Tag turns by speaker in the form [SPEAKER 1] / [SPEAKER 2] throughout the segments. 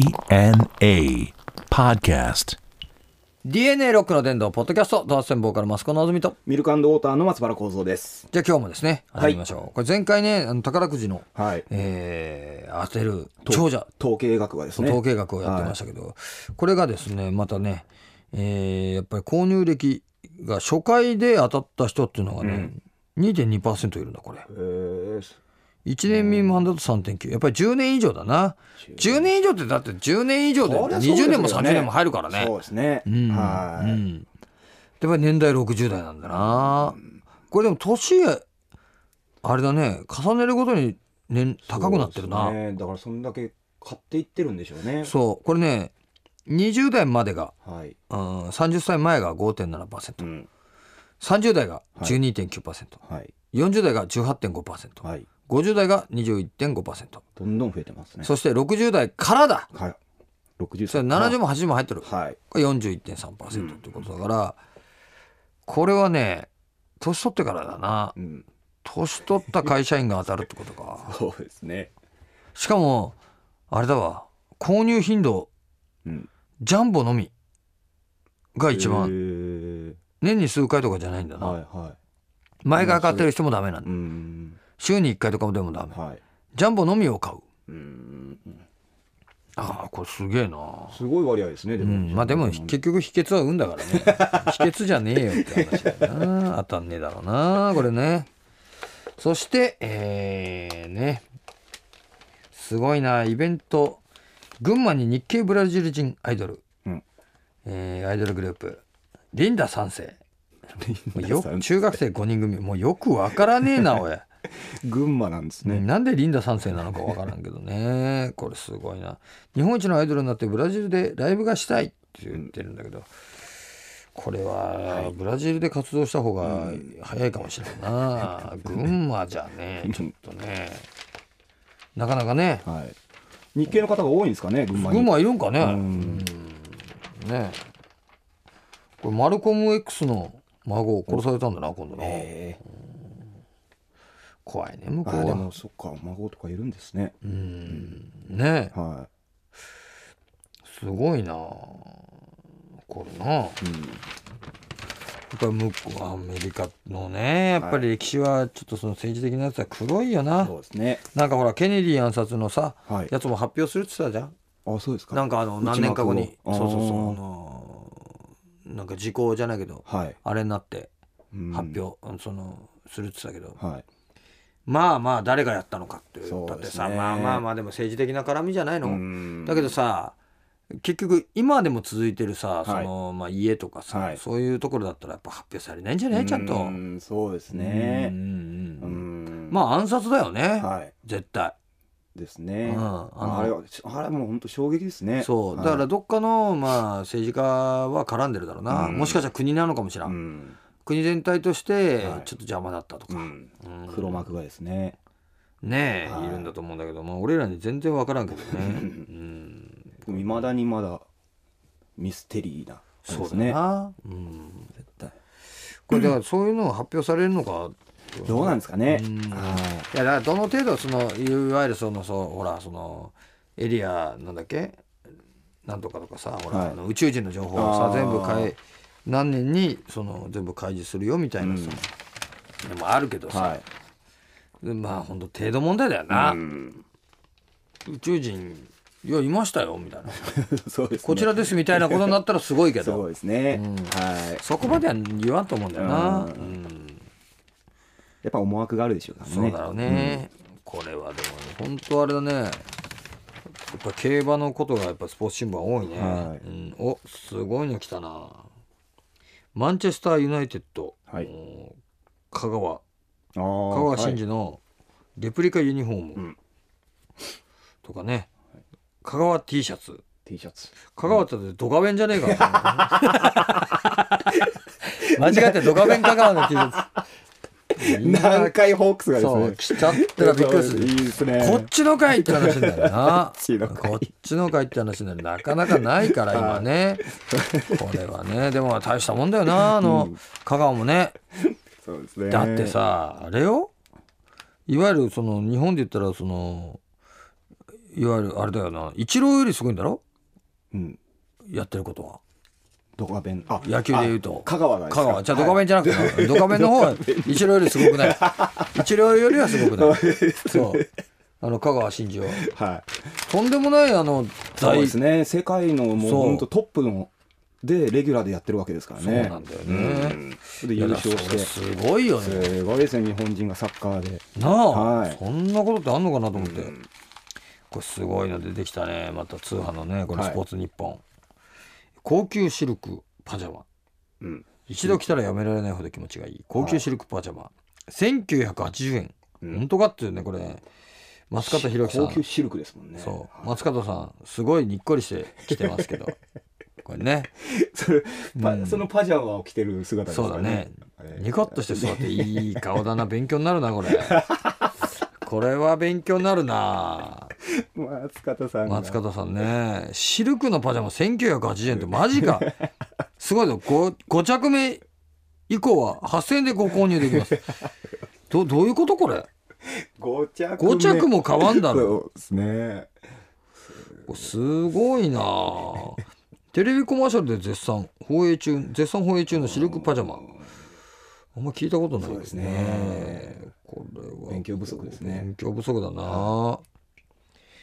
[SPEAKER 1] DNA Podcast.
[SPEAKER 2] DNA ロックの伝道ポッドキャスト、ドアステンボーカルマスコのぞみと。
[SPEAKER 3] ミルクウォーターの松原幸三です。
[SPEAKER 2] じゃあ今日もですね、
[SPEAKER 3] い
[SPEAKER 2] 始めましょう。これ前回ね、あの宝くじの、
[SPEAKER 3] はい
[SPEAKER 2] えー、当てる長者、
[SPEAKER 3] 統計学はですね。
[SPEAKER 2] 統計学をやってましたけど、これがですね、またね、えー、やっぱり購入歴が初回で当たった人っていうのがね、2.2%いるんだ、これ。
[SPEAKER 3] えーす
[SPEAKER 2] 1年未満だと3.9。やっぱり10年以上だな。10年以上ってだって10年以上で
[SPEAKER 3] そりゃそうですよ
[SPEAKER 2] 20
[SPEAKER 3] ね
[SPEAKER 2] 年も30年も入るからね。
[SPEAKER 3] そうですね。は
[SPEAKER 2] う
[SPEAKER 3] い。
[SPEAKER 2] ん。でやっぱり年代60代なんだな。これでも年、あれだね、重ねるごとに年高くなってる
[SPEAKER 3] そ
[SPEAKER 2] な
[SPEAKER 3] う。ですねだからそんだけ買っていってるんでしょうね。
[SPEAKER 2] そう、これね、20代までが、
[SPEAKER 3] はい。
[SPEAKER 2] うん、30歳前が5.7%、
[SPEAKER 3] ん。
[SPEAKER 2] 30代が12.9%、
[SPEAKER 3] はい。
[SPEAKER 2] 40代が18.5%、
[SPEAKER 3] はい。
[SPEAKER 2] 50代が21.5%、
[SPEAKER 3] どんどん増えてますね。
[SPEAKER 2] そして60代からだ
[SPEAKER 3] はい。六十。
[SPEAKER 2] それ70も80も入ってる。
[SPEAKER 3] はい。
[SPEAKER 2] これ41.3%ってことだから、これはね、年取ってからだな
[SPEAKER 3] う。ん。
[SPEAKER 2] 年取った会社員が当たるってことか
[SPEAKER 3] そうですね。
[SPEAKER 2] しかもあれだわ購入頻度
[SPEAKER 3] うん。
[SPEAKER 2] ジャンボのみが一
[SPEAKER 3] え
[SPEAKER 2] 番
[SPEAKER 3] ー
[SPEAKER 2] 年に数回とかじゃないんだな、
[SPEAKER 3] はいは
[SPEAKER 2] 毎回買ってる人もダメなん
[SPEAKER 3] い。う
[SPEAKER 2] だ
[SPEAKER 3] ん。
[SPEAKER 2] 週に1回とかもでもダメ
[SPEAKER 3] はい。
[SPEAKER 2] ジャンボのみを買う
[SPEAKER 3] うん。
[SPEAKER 2] ああこれすげえな
[SPEAKER 3] すごい割合ですね。で
[SPEAKER 2] う
[SPEAKER 3] も。
[SPEAKER 2] んまあでも結局秘訣は運だ からね秘訣じゃねえよって話だよな当たんねえだろうなこれねそしてえー、ねすごいなイベント群馬に日系ブラジル人アイドル、
[SPEAKER 3] うん
[SPEAKER 2] えーアイドルグループリンダ三世もう
[SPEAKER 3] リンダ
[SPEAKER 2] よ
[SPEAKER 3] 三世
[SPEAKER 2] 中学生5人組もうよくわからねえなおい
[SPEAKER 3] 群馬なんですね。
[SPEAKER 2] なんでリンダ3世なのかわからんけど ねこれすごいな日本一のアイドルになってブラジルでライブがしたいって言ってるんだけど、これはブラジルで活動した方が早いかもしれないな、群馬じゃ ねちょっとねなかなかね
[SPEAKER 3] はい。日系の方が多いんですかね。群馬に。
[SPEAKER 2] 群馬いるんかね、
[SPEAKER 3] うん。
[SPEAKER 2] ねこれマルコム X の孫を殺されたんだな今度な、
[SPEAKER 3] ええ。
[SPEAKER 2] 怖いね向こう
[SPEAKER 3] あで
[SPEAKER 2] は
[SPEAKER 3] もそっか孫とかいるんですね、
[SPEAKER 2] うんね
[SPEAKER 3] は
[SPEAKER 2] すごいなこれな、やっ
[SPEAKER 3] い、
[SPEAKER 2] ぱり向こうアメリカのねやっぱり歴史はちょっとその政治的なやつは黒いよな、
[SPEAKER 3] そうですね
[SPEAKER 2] なんかほらケネディ暗殺のさ、
[SPEAKER 3] はい
[SPEAKER 2] やつも発表するって言ってたじゃん
[SPEAKER 3] あそうですか
[SPEAKER 2] なんかあの何年か後にそう
[SPEAKER 3] 内幕
[SPEAKER 2] そ
[SPEAKER 3] を
[SPEAKER 2] うそうあ
[SPEAKER 3] あー
[SPEAKER 2] のーなんか時効じゃないけど
[SPEAKER 3] はい
[SPEAKER 2] あれになって
[SPEAKER 3] うん
[SPEAKER 2] 発表、うんそのするって言ってたけど
[SPEAKER 3] はい
[SPEAKER 2] まあまあ誰がやったのかっていう
[SPEAKER 3] そう
[SPEAKER 2] だっ
[SPEAKER 3] で
[SPEAKER 2] て
[SPEAKER 3] す
[SPEAKER 2] さ
[SPEAKER 3] ね
[SPEAKER 2] まあまあまあでも政治的な絡みじゃないの、
[SPEAKER 3] うん
[SPEAKER 2] だけどさ結局今でも続いてるさ、
[SPEAKER 3] い
[SPEAKER 2] そのまあ、家とかさ、
[SPEAKER 3] はい
[SPEAKER 2] そういうところだったらやっぱ発表されないんじゃないちゃんと。
[SPEAKER 3] うそうですね
[SPEAKER 2] うんうん
[SPEAKER 3] う
[SPEAKER 2] うん
[SPEAKER 3] ん
[SPEAKER 2] まあ暗殺だよね、
[SPEAKER 3] はい
[SPEAKER 2] 絶対。
[SPEAKER 3] です
[SPEAKER 2] う
[SPEAKER 3] ね
[SPEAKER 2] んあの
[SPEAKER 3] あれはあれもう本当衝撃ですね
[SPEAKER 2] そう
[SPEAKER 3] は
[SPEAKER 2] だ
[SPEAKER 3] い
[SPEAKER 2] からどっかの、まあ、政治家は絡んでるだろうな、
[SPEAKER 3] うん
[SPEAKER 2] もしかしたら国なのかもしれん、
[SPEAKER 3] うん
[SPEAKER 2] 国全体としてちょ
[SPEAKER 3] は
[SPEAKER 2] っ
[SPEAKER 3] い
[SPEAKER 2] と邪魔だったとか、
[SPEAKER 3] うん
[SPEAKER 2] うん
[SPEAKER 3] 黒幕がですね
[SPEAKER 2] ねえ、
[SPEAKER 3] はい
[SPEAKER 2] い、るんだと思うんだけど、まあ、俺らに全然分からんけど ね、うん、
[SPEAKER 3] いまだにまだミステリーなあれ
[SPEAKER 2] そ
[SPEAKER 3] で
[SPEAKER 2] う
[SPEAKER 3] す
[SPEAKER 2] だ
[SPEAKER 3] ね
[SPEAKER 2] な、うん、
[SPEAKER 3] 絶対
[SPEAKER 2] これだからそういうのが発表されるのか
[SPEAKER 3] どうなんですかね
[SPEAKER 2] うん
[SPEAKER 3] はい
[SPEAKER 2] やだからどの程度そのいわゆるそのそうほらそのエリアなんだっけなんとかとかさほら、
[SPEAKER 3] はい
[SPEAKER 2] あの宇宙人の情報をさ
[SPEAKER 3] あー
[SPEAKER 2] 全部かい何年にその全部開示するよみたいなさ、でもあるけど
[SPEAKER 3] い
[SPEAKER 2] さ、
[SPEAKER 3] はい
[SPEAKER 2] でまあほんと程度問題だよな、
[SPEAKER 3] うん
[SPEAKER 2] 宇宙人いやいましたよみたいな
[SPEAKER 3] そうですね
[SPEAKER 2] こちらですみたいなことになったらすごいけ
[SPEAKER 3] す
[SPEAKER 2] ど
[SPEAKER 3] ごいですね
[SPEAKER 2] うん
[SPEAKER 3] はい
[SPEAKER 2] そこまでは言わんと思うんだよな、う
[SPEAKER 3] うん
[SPEAKER 2] ん
[SPEAKER 3] やっぱ思惑があるでしょうからね。
[SPEAKER 2] そうだろうね、これはでも本当あれだねやっぱ競馬のことがやっぱスポーツ新聞は多いね、
[SPEAKER 3] は
[SPEAKER 2] う
[SPEAKER 3] い
[SPEAKER 2] ん、おすごいの来たなマンチェスターユナイテッド、
[SPEAKER 3] はい
[SPEAKER 2] うん香川
[SPEAKER 3] うん。
[SPEAKER 2] 香
[SPEAKER 3] 香
[SPEAKER 2] 川真司のレプリカユニフォーム、
[SPEAKER 3] うん
[SPEAKER 2] とかね香川 T シャツ
[SPEAKER 3] T シャツ。
[SPEAKER 2] 香川ってドカベンじゃねえか、 間違ってドカベン香川の T シ ャツ
[SPEAKER 3] 何回ホークスがです
[SPEAKER 2] そう
[SPEAKER 3] ね。
[SPEAKER 2] 来ちゃったらびっくりする
[SPEAKER 3] いいですね。
[SPEAKER 2] こっちの会って話になるな。こ
[SPEAKER 3] っちの会
[SPEAKER 2] っちの会って話になる。なかなかないから、今ね。これはね、でも大したもんだよな、あの、香川もね。
[SPEAKER 3] そうですね。
[SPEAKER 2] だって。さ、あれよ。いわゆるその、日本で言ったら、その、いわゆるあれだよなイチローよりすごいんだろ
[SPEAKER 3] うん
[SPEAKER 2] やってることは
[SPEAKER 3] ドカベンあ
[SPEAKER 2] 野球で言うと
[SPEAKER 3] あ香川がですか
[SPEAKER 2] 香川じゃあドカベンじゃなくて、ドカベンの 方は一郎よりすごくない 一郎よりはすごくないそうあの香川真司は
[SPEAKER 3] はい
[SPEAKER 2] とんでもないあの
[SPEAKER 3] そう
[SPEAKER 2] 大
[SPEAKER 3] ですね世界のもう
[SPEAKER 2] そう
[SPEAKER 3] 本当トップのでレギュラーでやってるわけですからね
[SPEAKER 2] そうなんだよね
[SPEAKER 3] うんで優勝
[SPEAKER 2] いやだからそれ
[SPEAKER 3] して
[SPEAKER 2] すごいよね
[SPEAKER 3] すごいですね日本人がサッカーで
[SPEAKER 2] なあ、
[SPEAKER 3] はい
[SPEAKER 2] そんなことってあんのかなと思って、これすごいの出てきたねまた通販のねこれ
[SPEAKER 3] はい
[SPEAKER 2] スポーツニッポン高級シルクパジャマ
[SPEAKER 3] うん
[SPEAKER 2] 一度着たらやめられないほど気持ちがいい高級シルクパジャマ1980円、
[SPEAKER 3] うん
[SPEAKER 2] 本当かっていうねこれ松方弘樹さん
[SPEAKER 3] 高級シルクですもんね
[SPEAKER 2] そう
[SPEAKER 3] はい
[SPEAKER 2] 松方さんすごいにっこりして着てますけ どこれね
[SPEAKER 3] それパ
[SPEAKER 2] うん
[SPEAKER 3] そのパジャマを着てる姿です
[SPEAKER 2] そう
[SPEAKER 3] か
[SPEAKER 2] だ
[SPEAKER 3] ら
[SPEAKER 2] ね
[SPEAKER 3] ねえー
[SPEAKER 2] ニコッとして座っていい顔だな勉強になるなこれこれは勉強になるな
[SPEAKER 3] 松方さんが
[SPEAKER 2] 松方さんねシルクのパジャマ1980円ってマジかすごいぞ 5, 着目以降は8000円でご購入できますどどういうことこれ
[SPEAKER 3] 5着
[SPEAKER 2] 5着も買わんだろ
[SPEAKER 3] そうですね
[SPEAKER 2] すごいなテレビコマーシャルで絶賛放映中絶賛放映中のシルクパジャマあんま聞いたことないですね
[SPEAKER 3] そうですね
[SPEAKER 2] これは
[SPEAKER 3] 勉強不足ですね
[SPEAKER 2] 勉強不足だな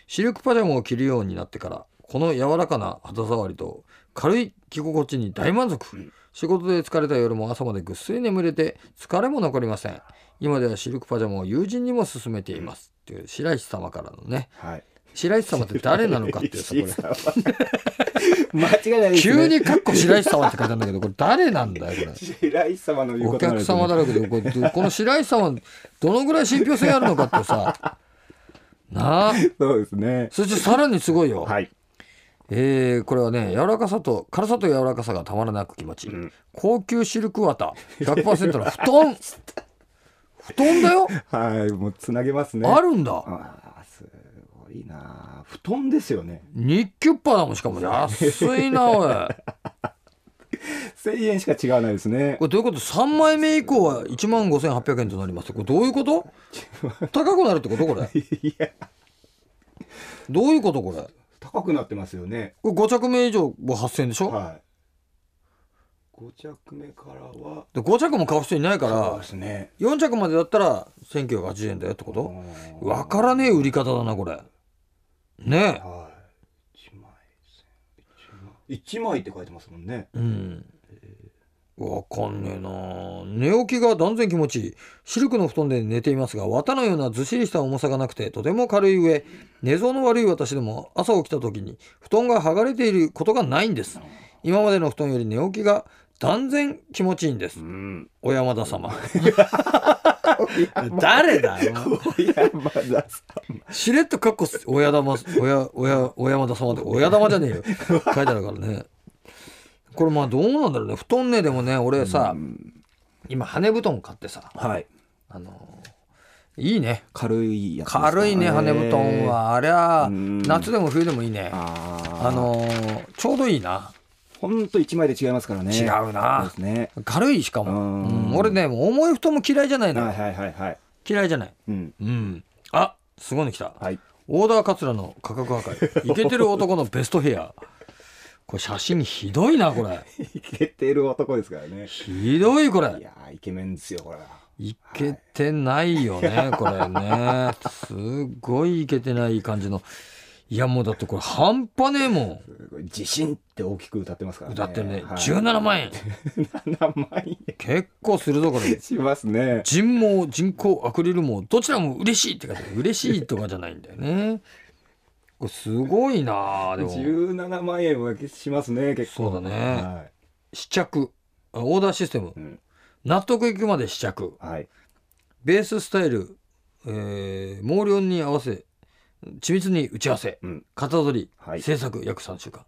[SPEAKER 2] シルクパジャマを着るようになってからこの柔らかな肌触りと軽い着心地に大満足、仕事で疲れた夜も朝までぐっすり眠れて疲れも残りません今ではシルクパジャマを友人にも勧めています、っていう白石様からのね
[SPEAKER 3] はい
[SPEAKER 2] 白石様って誰なのかっていう さこれ
[SPEAKER 3] 間違いないですね
[SPEAKER 2] 急に「かっこ白石様」って書いてあるんだけどこれ誰なんだ よこ
[SPEAKER 3] 白石様の言
[SPEAKER 2] れ
[SPEAKER 3] う
[SPEAKER 2] お
[SPEAKER 3] ことに
[SPEAKER 2] 客
[SPEAKER 3] なるとね
[SPEAKER 2] 様だらけでこれこの白石様どのぐらい信憑性あるのかってさなあ
[SPEAKER 3] そうですね
[SPEAKER 2] そしてさらにすごいよ、
[SPEAKER 3] はい
[SPEAKER 2] えーこれはね柔らかさと軽さと柔らかさがたまらなく気持ちいい、高級シルク 綿100%の布団布団 だよ
[SPEAKER 3] はいもうつなげますね
[SPEAKER 2] あるんだ
[SPEAKER 3] あーすごいな布団ですよね
[SPEAKER 2] 日給パーだもんしかも安いなおい
[SPEAKER 3] 1000円しか違わないですね
[SPEAKER 2] これどういうこと3枚目以降は1万5800円となりますこれどういうこと高くなるってことこれ
[SPEAKER 3] いや
[SPEAKER 2] どういうことこれ
[SPEAKER 3] 高くなってますよね
[SPEAKER 2] これ5着目以上は8000円でしょ、
[SPEAKER 3] はい5着目からは
[SPEAKER 2] で5着も買う人いないから
[SPEAKER 3] ですね
[SPEAKER 2] 4着までだったら1980円だよってことわからねえ売り方だなこれね
[SPEAKER 3] はい1枚1枚1枚って書いてますもんね
[SPEAKER 2] えうんわかんねえな寝起きが断然気持ちいいシルクの布団で寝ていますが綿のようなずっしりした重さがなくてとても軽い上寝相の悪い私でも朝起きた時に布団が剥がれていることがないんです今までの布団より寝起きが断然気持ちいいんです
[SPEAKER 3] うん
[SPEAKER 2] 小山田様誰だ
[SPEAKER 3] いやまだ
[SPEAKER 2] しれっとかっこ親玉親親親山田様で親玉じゃねえよ書いてあるからねこれまあどうなんだろうね布団ねでもね俺さ、今羽布団買ってさ
[SPEAKER 3] はい
[SPEAKER 2] あのいいね
[SPEAKER 3] 軽いやつですか
[SPEAKER 2] 軽いね羽布団はありゃあ
[SPEAKER 3] うん
[SPEAKER 2] 夏でも冬でもいいねあ
[SPEAKER 3] あー
[SPEAKER 2] のーちょうどいいな
[SPEAKER 3] ほんと1枚で違いますからね
[SPEAKER 2] 違うな
[SPEAKER 3] そうですね
[SPEAKER 2] 軽いしかも、
[SPEAKER 3] う
[SPEAKER 2] うん
[SPEAKER 3] ん
[SPEAKER 2] 俺ねもう重い布団も嫌いじゃない
[SPEAKER 3] はい
[SPEAKER 2] の
[SPEAKER 3] はいはいはい
[SPEAKER 2] 嫌いじゃない
[SPEAKER 3] うん
[SPEAKER 2] うんあすごいの来た
[SPEAKER 3] はい
[SPEAKER 2] オーダーカツラの価格破壊。イケてる男のベストヘア。これ写真ひどいな、これ。
[SPEAKER 3] いけてる男ですからね
[SPEAKER 2] ひどい、こ
[SPEAKER 3] い
[SPEAKER 2] れ。
[SPEAKER 3] やーイケメンですよこれは
[SPEAKER 2] イケてないよね、これね。すごいイケてない感じの。いや、もうだってこれ半端ねえも
[SPEAKER 3] すごい自信って大きく歌ってますから
[SPEAKER 2] ん。
[SPEAKER 3] ね
[SPEAKER 2] 歌ってるね。
[SPEAKER 3] はい
[SPEAKER 2] 17万円。
[SPEAKER 3] 7万円
[SPEAKER 2] 結構するぞ、これ。
[SPEAKER 3] しますね
[SPEAKER 2] 人毛、人工、アクリル毛、どちらも嬉しいって書いてある。嬉しいとかじゃないんだよね。これすごいなあでも。
[SPEAKER 3] 17万円はしますね結構
[SPEAKER 2] そうだね
[SPEAKER 3] は
[SPEAKER 2] 試着あオーダーシステム、
[SPEAKER 3] ん
[SPEAKER 2] 納得いくまで試着
[SPEAKER 3] い、はい、
[SPEAKER 2] ベーススタイル、えー毛量に合わせ緻密に打ち合わせ、
[SPEAKER 3] うん
[SPEAKER 2] 型取り、
[SPEAKER 3] はい
[SPEAKER 2] 制作約3週間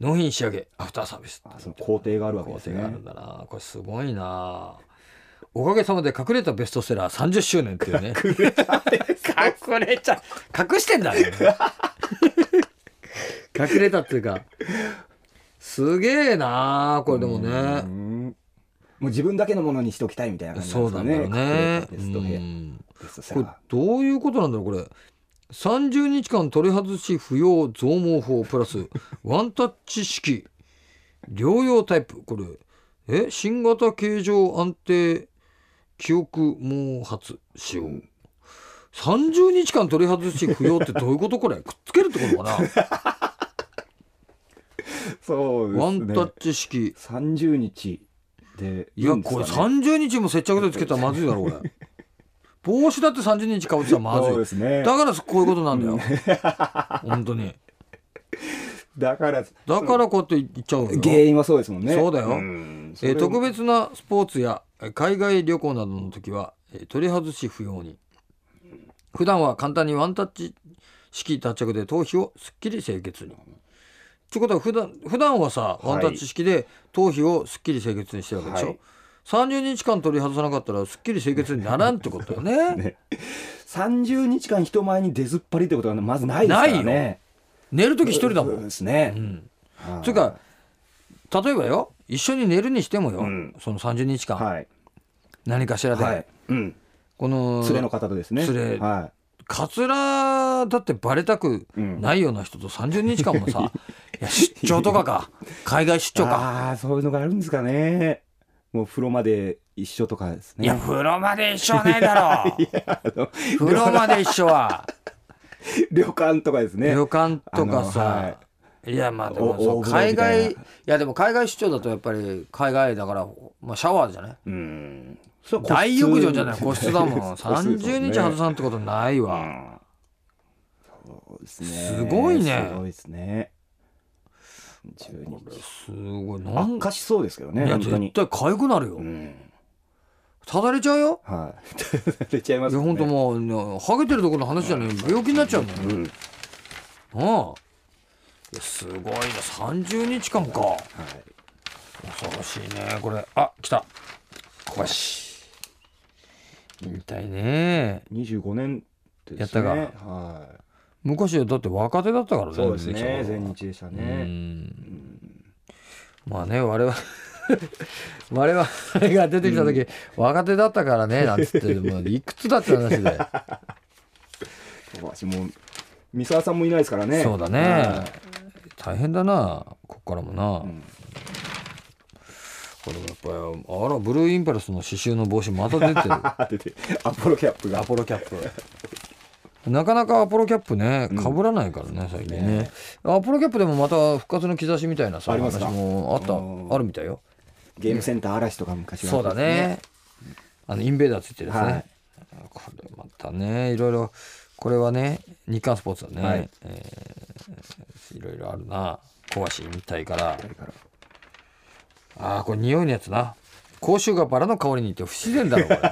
[SPEAKER 2] 納品仕上げアフターサービス
[SPEAKER 3] あその工程があるわけ
[SPEAKER 2] 工
[SPEAKER 3] です
[SPEAKER 2] 程があ
[SPEAKER 3] ね
[SPEAKER 2] るんだなこれすごいなおかげさまで隠れたベストセラー30周年っていうね隠れちゃ隠してんだね隠れたっていうかすげえなこれでもね、
[SPEAKER 3] うんもう自分だけのものにしておきたいみたいな感じなん
[SPEAKER 2] そ
[SPEAKER 3] で
[SPEAKER 2] う
[SPEAKER 3] す
[SPEAKER 2] な
[SPEAKER 3] か
[SPEAKER 2] んだ
[SPEAKER 3] ね
[SPEAKER 2] よね。
[SPEAKER 3] ベストヘア
[SPEAKER 2] うん
[SPEAKER 3] ベストセ
[SPEAKER 2] こ
[SPEAKER 3] ラ
[SPEAKER 2] れ
[SPEAKER 3] ー
[SPEAKER 2] どういうことなんだろうこれ30日間取り外し不要増毛法プラ スワンタッチ式療養タイプこれえ新型形状安定記憶毛髪使用30日間取り外し不要ってどういうことこれくっつけるってことか
[SPEAKER 3] そう
[SPEAKER 2] なワンタッチ式
[SPEAKER 3] 三十日で
[SPEAKER 2] いや、これ30日も接着剤つけたらまずいだろ、こ れ。帽子だって30日かぶってたらまず
[SPEAKER 3] そう
[SPEAKER 2] い
[SPEAKER 3] で。すね
[SPEAKER 2] だからこういうことなんだよ。本当に。
[SPEAKER 3] だから
[SPEAKER 2] だからこうやって言っちゃうのよ
[SPEAKER 3] 原因はそうですもんね
[SPEAKER 2] そうだよ
[SPEAKER 3] んそ
[SPEAKER 2] え
[SPEAKER 3] れ
[SPEAKER 2] ー特別なスポーツやえー海外旅行などの時は、えー取り外し不要に普段は簡単にワンタッチ式脱着で頭皮をすっきり清潔にってことは普段普段はさ
[SPEAKER 3] い
[SPEAKER 2] ワンタッチ式で頭皮をすっきり清潔にしてるわけでしょ、
[SPEAKER 3] はい
[SPEAKER 2] 30日間取り外さなかったらすっきり清潔にならんってことよね
[SPEAKER 3] ね30日間人前に出ずっぱりってことはまずないですからね
[SPEAKER 2] 寝る時一人だも
[SPEAKER 3] そうんですね、
[SPEAKER 2] ん
[SPEAKER 3] はい
[SPEAKER 2] つうか例えばよ一緒に寝るにしてもよ、
[SPEAKER 3] うん
[SPEAKER 2] その30日間、
[SPEAKER 3] はい
[SPEAKER 2] 何かしらで、
[SPEAKER 3] はい、うん、
[SPEAKER 2] この
[SPEAKER 3] 連れの方とですね
[SPEAKER 2] 連れ
[SPEAKER 3] は
[SPEAKER 2] カツラだってバレたくないような人と30日間も さ、いや出張とかか海外
[SPEAKER 3] い
[SPEAKER 2] 出張か
[SPEAKER 3] ああそういうのがあるんですかねもう風呂まで一緒とかですね
[SPEAKER 2] いや風呂まで一緒はないだ ろう
[SPEAKER 3] あの
[SPEAKER 2] 風呂まで一緒は
[SPEAKER 3] 旅館とかですね
[SPEAKER 2] 旅館とかさ、、
[SPEAKER 3] あのはい
[SPEAKER 2] やまあでも
[SPEAKER 3] お
[SPEAKER 2] そう海
[SPEAKER 3] 大風呂みたいな
[SPEAKER 2] 外いやでも海外出張だとやっぱり海外だから、まあ、シャワーじゃない
[SPEAKER 3] うんそれは個室
[SPEAKER 2] 大浴場じゃない個室だもん
[SPEAKER 3] 個室ですも
[SPEAKER 2] 30
[SPEAKER 3] んね
[SPEAKER 2] 日外さんってことないわ、
[SPEAKER 3] そうですね
[SPEAKER 2] すごいね
[SPEAKER 3] すごいですね30日
[SPEAKER 2] すごいなん
[SPEAKER 3] 悪化しそうですけどね
[SPEAKER 2] いや
[SPEAKER 3] 本当
[SPEAKER 2] 絶
[SPEAKER 3] に
[SPEAKER 2] 対かゆくなるよ、
[SPEAKER 3] うん
[SPEAKER 2] ただれちゃうよ
[SPEAKER 3] はい出ちゃいま
[SPEAKER 2] い
[SPEAKER 3] す
[SPEAKER 2] や
[SPEAKER 3] よね
[SPEAKER 2] 本当もうねハゲてるところの話じゃねえ病気になっちゃうんだよ
[SPEAKER 3] うんはい
[SPEAKER 2] ああいやすごいな30日間か恐ろしいねこれあ来た小林引退ね
[SPEAKER 3] 25年ですね
[SPEAKER 2] やったが
[SPEAKER 3] は
[SPEAKER 2] 昔はだって若手だったからね
[SPEAKER 3] いそうですね
[SPEAKER 2] 全
[SPEAKER 3] 全
[SPEAKER 2] 日
[SPEAKER 3] 日でした
[SPEAKER 2] う
[SPEAKER 3] ね
[SPEAKER 2] んまあね我々 我々が出てきた時、若手だったからねなんつってもういくつだって話で
[SPEAKER 3] 私も三沢さんもいないですからね
[SPEAKER 2] そうだね
[SPEAKER 3] は
[SPEAKER 2] 大変だなこっからもな、
[SPEAKER 3] いうん
[SPEAKER 2] これやっぱりあらブルーインパルスの刺繍の帽子また出てる
[SPEAKER 3] あ出てアポロキャップ が
[SPEAKER 2] アポロキャップなかなかアポロキャップねかぶらないからね、最近ねアポロキャップでもまた復活の兆しみたいなさ
[SPEAKER 3] ありますか
[SPEAKER 2] 話もあっ
[SPEAKER 3] お
[SPEAKER 2] た
[SPEAKER 3] ー
[SPEAKER 2] あるみたいよ
[SPEAKER 3] ゲームセンター嵐とか昔は
[SPEAKER 2] そうだねあのインベーダーついてるやつね、
[SPEAKER 3] はい
[SPEAKER 2] これまたねいろいろこれはね日刊スポーツだね、
[SPEAKER 3] はい
[SPEAKER 2] えーいろいろあるな小橋引退から
[SPEAKER 3] だから
[SPEAKER 2] ああこれ匂いのやつな口臭がバラの香りにって不自然だろこれ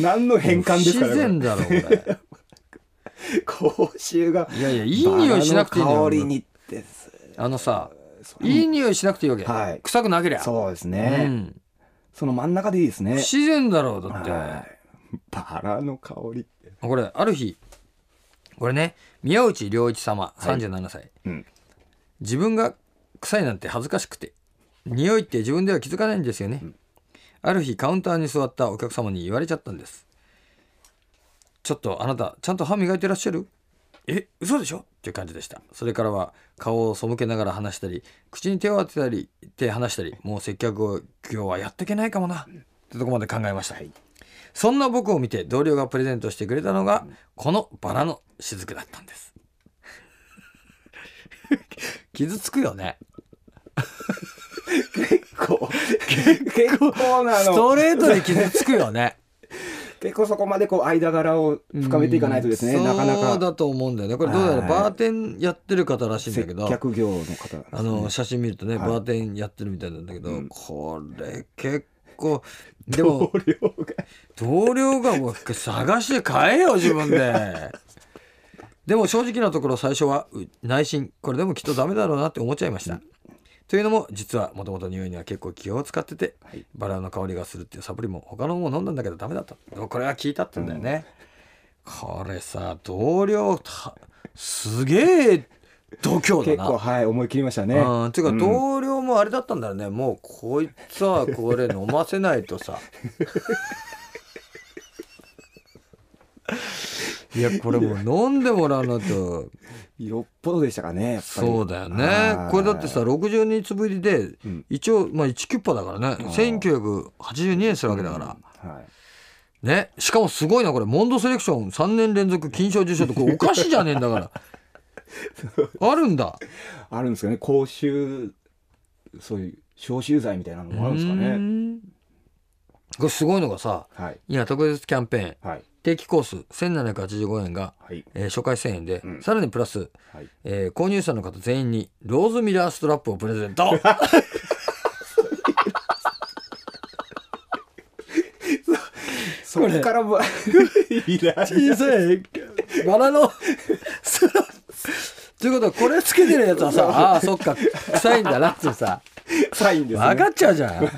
[SPEAKER 3] 何の 変換ですか
[SPEAKER 2] 不自然
[SPEAKER 3] ね
[SPEAKER 2] だろこれ
[SPEAKER 3] 口臭が
[SPEAKER 2] いやいやいい匂いしなくていいんだよ
[SPEAKER 3] バラの香りにです
[SPEAKER 2] あのさ
[SPEAKER 3] そう
[SPEAKER 2] いい匂いしなくていいわけ、
[SPEAKER 3] はい
[SPEAKER 2] 臭くなけりゃ
[SPEAKER 3] そうです
[SPEAKER 2] う
[SPEAKER 3] ね、
[SPEAKER 2] ん、
[SPEAKER 3] その真ん中でいいです
[SPEAKER 2] 不
[SPEAKER 3] ね
[SPEAKER 2] 自然だろうだって、
[SPEAKER 3] はいバラの香りって
[SPEAKER 2] これある日これね宮内良一様37歳、
[SPEAKER 3] うん
[SPEAKER 2] 自分が臭いなんて恥ずかしくて匂いって自分では気づかないんですよね、ある日カウンターに座ったお客様に言われちゃったんですちょっとあなたちゃんと歯磨いてらっしゃるえ嘘でしょっていう感じでしたそれからは顔を背けながら話したり口に手を当てたり手離したりもう接客業はやっていけないかもなってとこまで考えました、そんな僕を見て同僚がプレゼントしてくれたのがこのバラの雫だったんです 傷つくよね
[SPEAKER 3] 結構 結構な
[SPEAKER 2] ス
[SPEAKER 3] の
[SPEAKER 2] トレートで傷つくよね
[SPEAKER 3] 結構そこまでこう間柄を 深めていかないとです
[SPEAKER 2] う
[SPEAKER 3] ね
[SPEAKER 2] ん
[SPEAKER 3] なかな
[SPEAKER 2] そう
[SPEAKER 3] か
[SPEAKER 2] だと思うんだよねこれどうやら
[SPEAKER 3] はい
[SPEAKER 2] バーテンやってる方らしいんだ
[SPEAKER 3] 接
[SPEAKER 2] けど
[SPEAKER 3] 客業の方なんですね
[SPEAKER 2] あの写真見るとね、
[SPEAKER 3] はい
[SPEAKER 2] バーテンやってるみたいなんだけど、
[SPEAKER 3] うん
[SPEAKER 2] これ結構でも
[SPEAKER 3] 同僚が
[SPEAKER 2] 同僚がもう探して買えよ自分ででも正直なところ最初はう内心これでもきっとダメだろうなって思っちゃいました、というのも実はもともと匂いには結構気を使ってて、
[SPEAKER 3] はい
[SPEAKER 2] バラの香りがするっていうサプリも他のもの飲んだんだけどダメだったでもこれは効いたってんだよね、これさ同僚たすげえ度胸
[SPEAKER 3] 結
[SPEAKER 2] だ
[SPEAKER 3] 構
[SPEAKER 2] な
[SPEAKER 3] はい思い切りましたね
[SPEAKER 2] うん、ていうか
[SPEAKER 3] ん
[SPEAKER 2] 同僚もあれだったんだよね、もうこいつは これ飲ませないとさいやこれもう飲んでもらわないと
[SPEAKER 3] よっぽどでしたかねやっぱり
[SPEAKER 2] そうだよ
[SPEAKER 3] は
[SPEAKER 2] ね
[SPEAKER 3] い
[SPEAKER 2] これだってさ60日ぶりで
[SPEAKER 3] うん
[SPEAKER 2] 一応まあ1キュッパだからね1982年するわけだから
[SPEAKER 3] はい
[SPEAKER 2] ねしかもすごいなこれモンドセレクション3年連続金賞受賞ってこれおかしいじゃねえんだ からあるんだ
[SPEAKER 3] あるんですかね公衆そういう消臭剤みたいなのもあるんですか
[SPEAKER 2] うー
[SPEAKER 3] ね
[SPEAKER 2] んこれすごいのがさ
[SPEAKER 3] はい
[SPEAKER 2] 今特別キャンペーン
[SPEAKER 3] はい
[SPEAKER 2] 定期コース1785円が、
[SPEAKER 3] はい
[SPEAKER 2] えー初回1000円で、
[SPEAKER 3] うん
[SPEAKER 2] さらにプラス、
[SPEAKER 3] はい
[SPEAKER 2] えー購入者の方全員にローズミラーストラップをプレゼント
[SPEAKER 3] そこからも いらない
[SPEAKER 2] 小さいバラのストラップということはこれつけてるやつはさ ああそっか臭いんだなってさ
[SPEAKER 3] サインですね
[SPEAKER 2] 分かっちゃうじゃんうん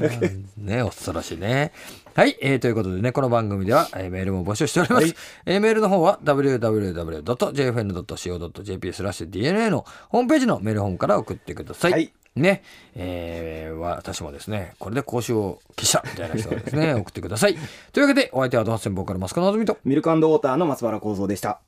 [SPEAKER 2] ね恐ろしいねはい、えーということでねこの番組では、えーメールも募集しております、えーメールの方は www.jfn.co.jp スラッシュ DNA のホームページのメールフォームから送ってください、
[SPEAKER 3] はい
[SPEAKER 2] ねえー私もですねこれで講習を消したみたいな人 はですね送ってくださいというわけでお相手はドハッセンボーカルマスコのあずみと
[SPEAKER 3] ミルクウォーターの松原幸三でした